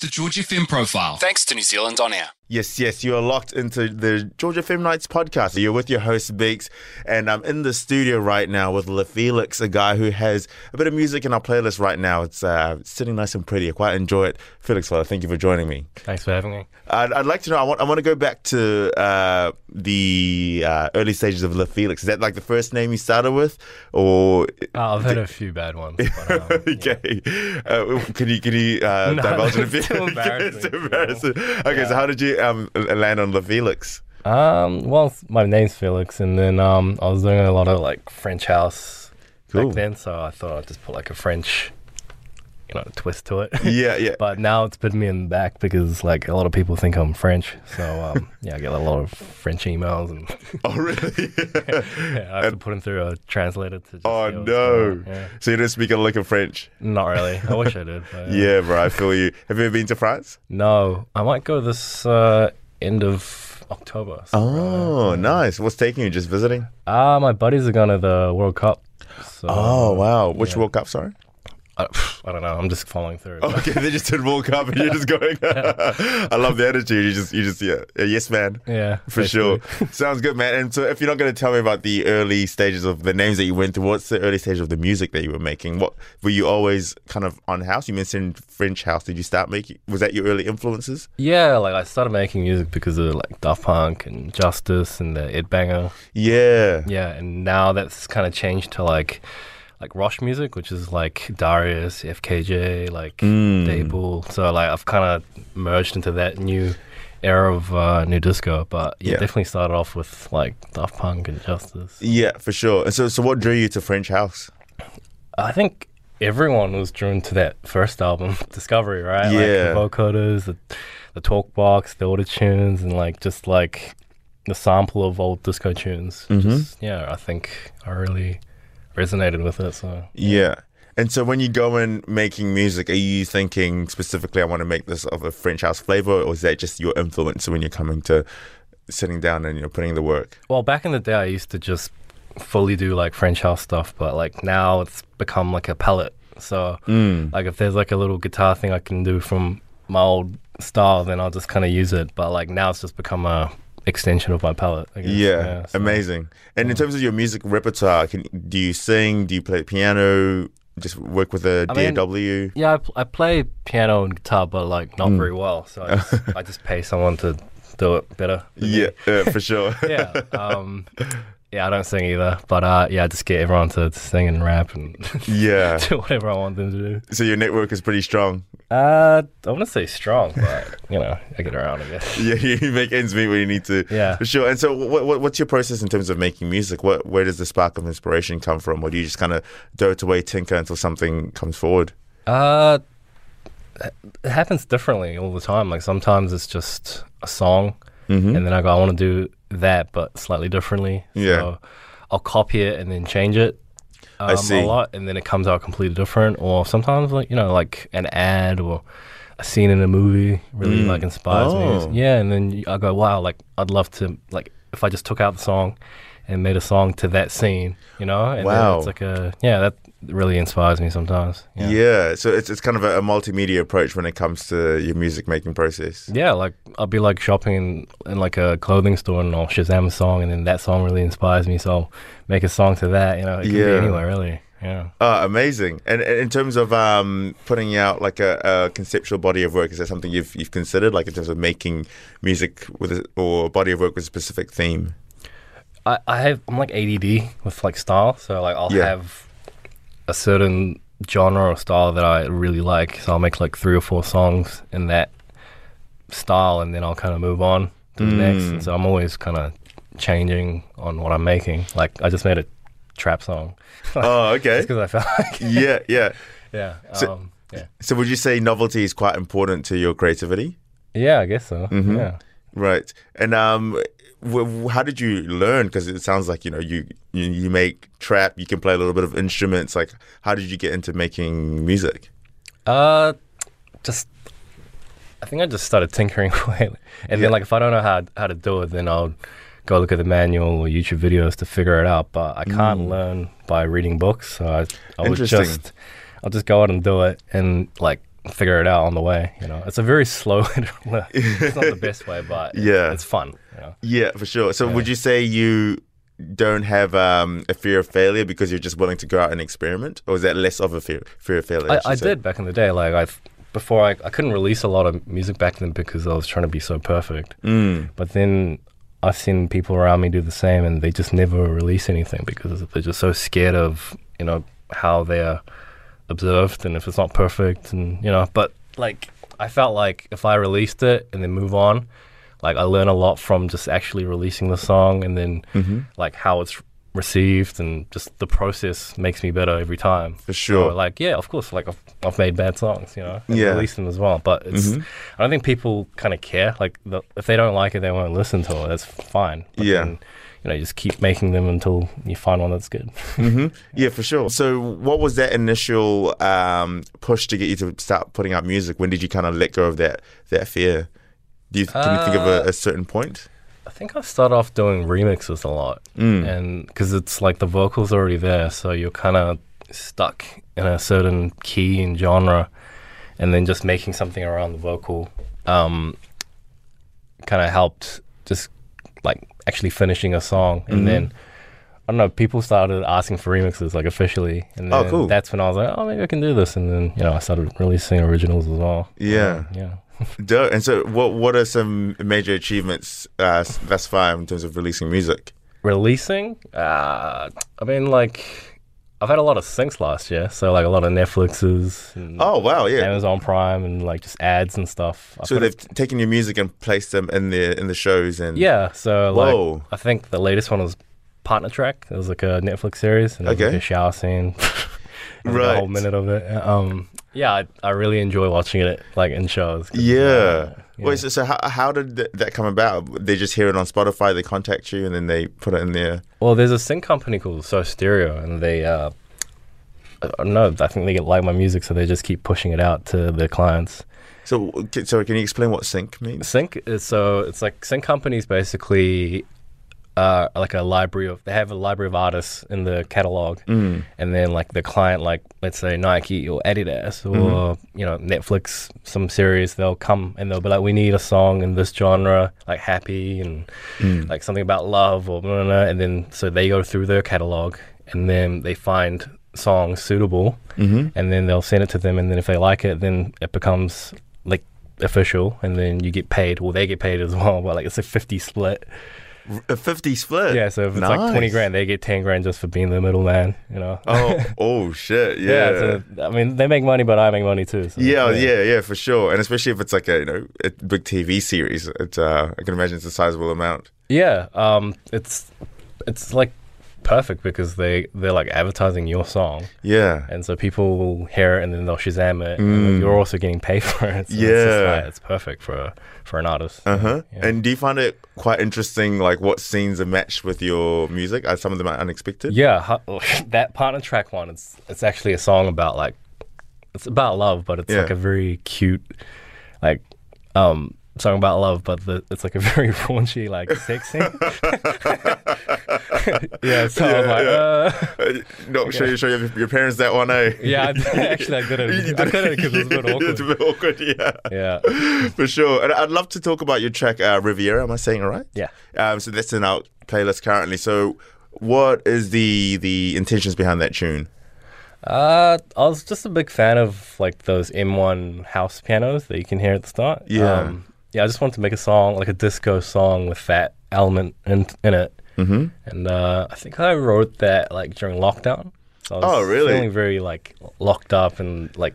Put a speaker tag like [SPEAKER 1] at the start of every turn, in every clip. [SPEAKER 1] The Georgia Finn Profile.
[SPEAKER 2] Thanks to New Zealand On Air.
[SPEAKER 3] Yes, yes, you are locked into the Georgia Fem Nights podcast. You're with your host Beeks, and I'm in the studio right now with LaFelix, a guy who has a bit of music in our playlist right now. It's uh, sitting nice and pretty. I quite enjoy it. Felix, well, thank you for joining me.
[SPEAKER 4] Thanks for having me.
[SPEAKER 3] I'd, I'd like to know. I want. I want to go back to uh, the uh, early stages of LaFelix. Is that like the first name you started with, or
[SPEAKER 4] Uh, I've had a few bad ones. But, um, yeah.
[SPEAKER 3] okay? Uh, can you can you uh,
[SPEAKER 4] No,
[SPEAKER 3] divulge in a
[SPEAKER 4] it's
[SPEAKER 3] few?
[SPEAKER 4] too embarrassing.
[SPEAKER 3] It's too embarrassing. Okay, so how did you um, land on LaFelix?
[SPEAKER 4] Um, well, s- my name's Felix, and then um, I was doing a lot of like French house
[SPEAKER 3] Cool.
[SPEAKER 4] back then, so I thought I'd just put like a French, you know, twist to it.
[SPEAKER 3] Yeah, yeah.
[SPEAKER 4] but now it's put me in the back because like a lot of people think I'm French, so um, yeah, I get a lot of French emails, and
[SPEAKER 3] Oh, really?
[SPEAKER 4] yeah, I have to put them through a translator to. Just
[SPEAKER 3] oh,
[SPEAKER 4] see what's
[SPEAKER 3] no.
[SPEAKER 4] going on, yeah.
[SPEAKER 3] So you don't speak a lick of French?
[SPEAKER 4] not really. I wish I did. But, uh,
[SPEAKER 3] Yeah, bro, I feel you. Have you ever been to France?
[SPEAKER 4] No, I might go this uh, end of October. so-
[SPEAKER 3] Oh, nice. What's taking you? Just visiting?
[SPEAKER 4] Ah, my buddies are going to the World Cup. So
[SPEAKER 3] Oh, wow. Which World Cup, sorry?
[SPEAKER 4] I, I don't know. I'm just following through.
[SPEAKER 3] Oh, Okay, they just did World Cup and you're just going. I love the attitude. You just, you just, yeah, a yes, man.
[SPEAKER 4] Yeah,
[SPEAKER 3] For sure. Sounds good, man. And so, if you're not going to tell me about the early stages of the names that you went through, what's the early stage of the music that you were making? What were you always kind of on house? You mentioned French house. Did you start making? Was that your early influences?
[SPEAKER 4] Yeah, like I started making music because of like Daft Punk and Justice and the Ed Banger.
[SPEAKER 3] Yeah.
[SPEAKER 4] Yeah, and now that's kind of changed to like like Rosh music, which is like Darius, FKJ, like
[SPEAKER 3] Mm.
[SPEAKER 4] Dable. So like I've kind of merged into that new era of uh, new disco. But yeah,
[SPEAKER 3] Yeah.
[SPEAKER 4] definitely started off with like Daft Punk and Justice.
[SPEAKER 3] Yeah, for sure. And so, so what drew you to French House?
[SPEAKER 4] I think everyone was drawn to that first album, Discovery, right?
[SPEAKER 3] Yeah.
[SPEAKER 4] Like the vocoders, the, the talk box, the auto tunes, and like just like the sample of old disco tunes. Just, yeah, I think I really resonated with it. So
[SPEAKER 3] Yeah. And so, when you go in making music, are you thinking specifically, I want to make this of a French House flavor, or is that just your influence when you're coming to sitting down and you know putting the work?
[SPEAKER 4] Well, back in the day, I used to just fully do like French house stuff, but like now it's become like a palette. So,
[SPEAKER 3] Hmm.
[SPEAKER 4] like, if there's like a little guitar thing I can do from my old style, then I'll just kind of use it. But like now, it's just become a extension of my palette. I guess.
[SPEAKER 3] Yeah,
[SPEAKER 4] so-
[SPEAKER 3] amazing. And
[SPEAKER 4] Mm.
[SPEAKER 3] in terms of your music repertoire, can do you sing? Do you play piano? Just work with a
[SPEAKER 4] I mean-
[SPEAKER 3] DAW?
[SPEAKER 4] Yeah, I, pl- I play piano and guitar, but like
[SPEAKER 3] Hmm.
[SPEAKER 4] not very well. So I just, I just pay someone to do it better. than me.
[SPEAKER 3] yeah, uh, for sure.
[SPEAKER 4] Yeah. Um, yeah, I don't sing either, but uh, yeah, I just get everyone to sing and rap and
[SPEAKER 3] yeah.
[SPEAKER 4] do whatever I want them to do.
[SPEAKER 3] So your network is pretty strong.
[SPEAKER 4] Uh, I want to say strong, but you know, I get around, I guess.
[SPEAKER 3] Yeah, you make ends meet where you need to.
[SPEAKER 4] Yeah.
[SPEAKER 3] for sure. And so, what, what, what's your process in terms of making music? What, where does the spark of inspiration come from, or do you just kind of dote away, tinker until something comes forward?
[SPEAKER 4] Uh, it happens differently all the time. Like sometimes it's just a song,
[SPEAKER 3] Mm-hmm.
[SPEAKER 4] and then I go, I want to do that, but slightly differently.
[SPEAKER 3] Yeah.
[SPEAKER 4] So I'll copy it and then change it. Um,
[SPEAKER 3] see.
[SPEAKER 4] A lot, and then it comes out completely different. Or sometimes, like you know, like an ad or a scene in a movie really like inspires
[SPEAKER 3] Mm. Oh.
[SPEAKER 4] me. Yeah, and then I go, wow, like I'd love to like if I just took out the song and made a song to that scene, you know? And then
[SPEAKER 3] Wow.
[SPEAKER 4] it's like a yeah, that really inspires me sometimes.
[SPEAKER 3] Yeah. so it's it's kind of a, a multimedia approach when it comes to your music making process.
[SPEAKER 4] Yeah, like I'll be like shopping in, in like a clothing store and I'll Shazam a song, and then that song really inspires me, so I'll make a song to that. You know, it can
[SPEAKER 3] Yeah.
[SPEAKER 4] be anywhere really. Yeah.
[SPEAKER 3] Ah, amazing. And, and in terms of um, putting out like a, a conceptual body of work, is that something you've you've considered, like in terms of making music with a, or a body of work with a specific theme?
[SPEAKER 4] I, I have I'm like ADD with like style, so like I'll
[SPEAKER 3] Yeah.
[SPEAKER 4] have a certain genre or style that I really like, so I'll make like three or four songs in that style, and then I'll kind of move on to the next.
[SPEAKER 3] Mm.
[SPEAKER 4] And so I'm always kind of changing on what I'm making. Like I just made a trap song
[SPEAKER 3] Oh, okay.
[SPEAKER 4] just because I felt like
[SPEAKER 3] yeah, yeah.
[SPEAKER 4] yeah, um, yeah,
[SPEAKER 3] So would you say novelty is quite important to your creativity?
[SPEAKER 4] yeah. I guess so.
[SPEAKER 3] Mm-hmm.
[SPEAKER 4] Yeah.
[SPEAKER 3] Right. And um, w- w- how did you learn? Because it sounds like you know you, you you make trap, you can play a little bit of instruments. Like, how did you get into making music?
[SPEAKER 4] Uh, just I think I just started tinkering away, and
[SPEAKER 3] Yeah.
[SPEAKER 4] then like if I don't know how how to do it, then I'll go look at the manual or YouTube videos to figure it out. But I can't learn by reading books, so I, I would
[SPEAKER 3] Mm. Interesting.
[SPEAKER 4] just I'll just go out and do it, and like figure it out on the way. You know, it's a very slow. it's not the best way, but it-
[SPEAKER 3] Yeah.
[SPEAKER 4] it's fun. You know?
[SPEAKER 3] Yeah, for sure. So would you say you don't have um, a fear of failure because you're just willing to go out and experiment, or is that less of a fear, fear of failure?
[SPEAKER 4] I,
[SPEAKER 3] should
[SPEAKER 4] I
[SPEAKER 3] say?
[SPEAKER 4] did back in the day. Like I, before I, I couldn't release a lot of music back then because I was trying to be so perfect.
[SPEAKER 3] Mm.
[SPEAKER 4] But then I've seen people around me do the same, and they just never release anything because they're just so scared of you know how they're observed and if it's not perfect and you know. But like I felt like if I released it and then move on, like I learn a lot from just actually releasing the song and then like how it's received and just the process makes me better every time
[SPEAKER 3] For sure.
[SPEAKER 4] so, like yeah of course like I've, I've made bad songs you know and
[SPEAKER 3] Yeah. Mm-hmm.
[SPEAKER 4] released them as well but it's i don't think people kind of care like the, if they don't like it they won't listen to it that's fine but
[SPEAKER 3] Yeah.
[SPEAKER 4] then, you know just keep making them until you find one that's good
[SPEAKER 3] Yeah, for sure. So, what was that initial um, push to get you to start putting out music? When did you kind of let go of that that fear? Do you, can you think of
[SPEAKER 4] Uh,
[SPEAKER 3] a, a certain point?
[SPEAKER 4] i think i start off doing remixes a lot
[SPEAKER 3] Mm.
[SPEAKER 4] and because it's like the vocals already there so you're kind of stuck in a certain key and genre and then just making something around the vocal um, kind of helped just like actually finishing a song
[SPEAKER 3] Mm-hmm.
[SPEAKER 4] and then I don't know. People started asking for remixes, like officially, and
[SPEAKER 3] Oh,
[SPEAKER 4] then
[SPEAKER 3] cool.
[SPEAKER 4] that's when I was like, "Oh, maybe I can do this." And then, you know, I started releasing originals as well.
[SPEAKER 3] Yeah.
[SPEAKER 4] Yeah.
[SPEAKER 3] Dope. And so, what what are some major achievements uh, s- thus far in terms of releasing music?
[SPEAKER 4] releasing uh i mean like i've had a lot of syncs last year so like a lot of netflixes and
[SPEAKER 3] Oh wow, yeah.
[SPEAKER 4] amazon prime and like just ads and stuff I've
[SPEAKER 3] so
[SPEAKER 4] got a-
[SPEAKER 3] they've t- taken your music and placed them in the in the shows and
[SPEAKER 4] yeah so like
[SPEAKER 3] Whoa.
[SPEAKER 4] i think the latest one was partner track it was like a netflix series and it was, like,
[SPEAKER 3] Okay.
[SPEAKER 4] a shower scene And, like, a whole
[SPEAKER 3] Right.
[SPEAKER 4] minute of it um yeah I, I really enjoy watching it like in shows 'cause,
[SPEAKER 3] Yeah.
[SPEAKER 4] uh, yeah.
[SPEAKER 3] Wait, so, so how, how did th- that come about? They just hear it on Spotify, they contact you, and then they put it in there.
[SPEAKER 4] Well, there's a sync company called So Stereo, and they, uh, I don't know, I think they like my music, so they just keep pushing it out to their clients.
[SPEAKER 3] So, c- sorry, can you explain what sync means?
[SPEAKER 4] Sync is so it's like sync companies basically uh, like a library of they have a library of artists in the catalog, and then like the client, like let's say Nike or Adidas or you know Netflix, some series, they'll come and they'll be like, we need a song in this genre, like happy and like something about love or blah, blah, blah. and then so they go through their catalog and then they find songs suitable and then they'll send it to them and then if they like it then it becomes like official and then you get paid well they get paid as well but like it's a 50 split
[SPEAKER 3] A 50 split.
[SPEAKER 4] yeah so if it's like 20
[SPEAKER 3] Nice.
[SPEAKER 4] grand they get 10 grand just for being the middleman you know
[SPEAKER 3] Oh, oh shit. Yeah.
[SPEAKER 4] yeah, so, i mean they make money but i make money too so,
[SPEAKER 3] yeah, yeah, yeah, for sure, and especially if it's like a you know a big TV series, it's uh, I can imagine it's a sizable amount.
[SPEAKER 4] Yeah, um, it's it's like perfect because they they're like advertising your song,
[SPEAKER 3] Yeah,
[SPEAKER 4] and so people will hear it and then they'll Shazam it. And you're also getting paid for it. So it's, just
[SPEAKER 3] Mm. Yeah.
[SPEAKER 4] like, it's perfect for a, for an artist.
[SPEAKER 3] uh huh.
[SPEAKER 4] Yeah.
[SPEAKER 3] And do you find it quite interesting, like what scenes are matched with your music? Are some of them are unexpected?
[SPEAKER 4] Yeah, hu- that partner track one. It's it's actually a song about like it's about love, but it's
[SPEAKER 3] Yeah.
[SPEAKER 4] like a very cute like um song about love, but the, it's like a very raunchy like sex scene. yeah, so I'm like. Uh,
[SPEAKER 3] Uh, no, show you, show your, your parents that one, eh?
[SPEAKER 4] Yeah, I did, actually, I
[SPEAKER 3] You
[SPEAKER 4] didn't. I couldn't because it was a bit
[SPEAKER 3] it's a
[SPEAKER 4] awkward.
[SPEAKER 3] bit awkward. Yeah.
[SPEAKER 4] uh, Yeah,
[SPEAKER 3] For sure. And I'd love to talk about your track uh, Riviera. Am I saying it right?
[SPEAKER 4] yeah.
[SPEAKER 3] Um, so that's in our playlist currently. So what is the the intentions behind that tune?
[SPEAKER 4] Uh, I was just a big fan of like those M1 house pianos that you can hear at the start. Um,
[SPEAKER 3] Yeah.
[SPEAKER 4] yeah, I just wanted to make a song like a disco song with that element in in it. Mm-hmm. And uh, I think I wrote that like during lockdown. So I was
[SPEAKER 3] Oh, really?
[SPEAKER 4] Feeling very like locked up and like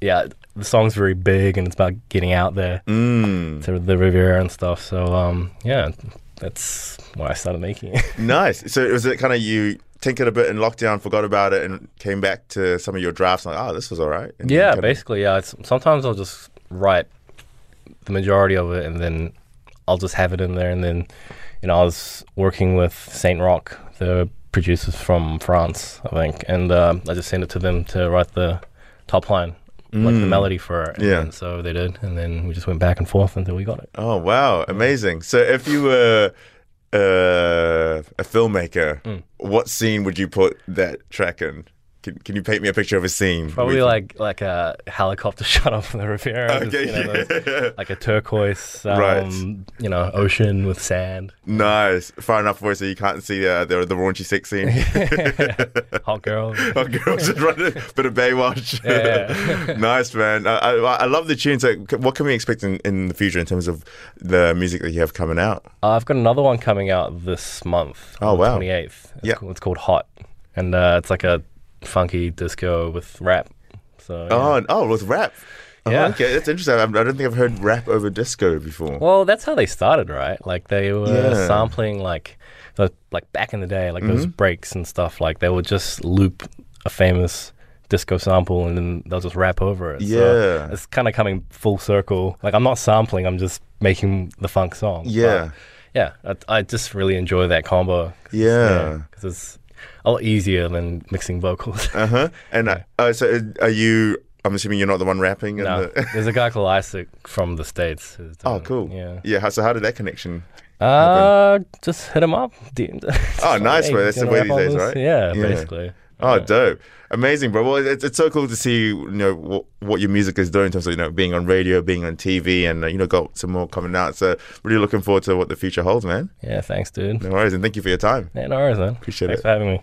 [SPEAKER 4] yeah, the song's very big and it's about getting out there
[SPEAKER 3] Mm,
[SPEAKER 4] to the Riviera and stuff. So um, yeah, that's why I started making it.
[SPEAKER 3] nice. So was it kind of you tinkered a bit in lockdown, forgot about it, and came back to some of your drafts? Like, oh, this was all right. And then
[SPEAKER 4] Yeah,
[SPEAKER 3] kinda-
[SPEAKER 4] basically, yeah. It's, sometimes I'll just write the majority of it, and then I'll just have it in there. And then, you know, I was working with Saint Rock, the producers from France, I think, and um, I just sent it to them to write the top line, like the melody for it.
[SPEAKER 3] Mm. Yeah.
[SPEAKER 4] And so they did, and then we just went back and forth until we got it.
[SPEAKER 3] Oh wow, amazing. So if you were
[SPEAKER 4] Mm.
[SPEAKER 3] uh, a filmmaker, what scene would you put that track in? Can, can you paint me a picture of a scene?
[SPEAKER 4] Probably
[SPEAKER 3] We-
[SPEAKER 4] like like a helicopter shot off the Riviera. just,
[SPEAKER 3] Okay,
[SPEAKER 4] you know,
[SPEAKER 3] yeah.
[SPEAKER 4] those- like a turquoise, um,
[SPEAKER 3] Right.
[SPEAKER 4] you know, ocean with sand.
[SPEAKER 3] nice. Far enough away so you can't see uh, the the raunchy sex scene.
[SPEAKER 4] Hot girl.
[SPEAKER 3] Oh, girls just running a bit of Baywatch.
[SPEAKER 4] Yeah.
[SPEAKER 3] nice, man. I, I, I love the tune. So, c- what can we expect in, in the future in terms of the music that you have coming out?
[SPEAKER 4] Uh, I've got another one coming out this month.
[SPEAKER 3] Oh, wow.
[SPEAKER 4] Twenty eighth.
[SPEAKER 3] Yeah.
[SPEAKER 4] It's called Hot, and uh, it's like a funky disco with rap. So. yeah.
[SPEAKER 3] Oh, and- oh, with rap. Oh,
[SPEAKER 4] Yeah.
[SPEAKER 3] okay, that's interesting. I, I don't think I've heard rap over disco before.
[SPEAKER 4] Well, that's how they started, right? Like they were
[SPEAKER 3] Yeah. Mm-hmm.
[SPEAKER 4] sampling like the, like back in the day, like those breaks and stuff. Like they would just loop a famous disco sample and then they'll just rap over it.
[SPEAKER 3] Yeah.
[SPEAKER 4] so it's kind of coming full circle. Like I'm not sampling, I'm just making the funk song. But,
[SPEAKER 3] Yeah.
[SPEAKER 4] yeah. I, I just really enjoy that combo.
[SPEAKER 3] Yeah.
[SPEAKER 4] because it's a lot easier than mixing vocals.
[SPEAKER 3] Uh huh. And uh, uh, so, are you? I'm assuming you're not the one rapping. in
[SPEAKER 4] no,
[SPEAKER 3] the-
[SPEAKER 4] there's a guy called Isaac from the states. who's
[SPEAKER 3] oh,
[SPEAKER 4] doing it.
[SPEAKER 3] cool.
[SPEAKER 4] Yeah.
[SPEAKER 3] Yeah. how- So, how did that connection?
[SPEAKER 4] Uh, just hit him up. DM.
[SPEAKER 3] Oh, nice, bro.
[SPEAKER 4] way.
[SPEAKER 3] That's the way these days, right?
[SPEAKER 4] Yeah,
[SPEAKER 3] Yeah.
[SPEAKER 4] basically.
[SPEAKER 3] Oh, dope! Amazing, bro. Well, it's, it's so cool to see you know what, what your music is doing in terms of you know being on radio, being on TV, and uh, you know got some more coming out. So really looking forward to what the future holds, man.
[SPEAKER 4] Yeah, thanks, dude.
[SPEAKER 3] No worries, and thank you for your time.
[SPEAKER 4] Yeah, no worries, man.
[SPEAKER 3] Appreciate
[SPEAKER 4] thanks
[SPEAKER 3] it.
[SPEAKER 4] for having me.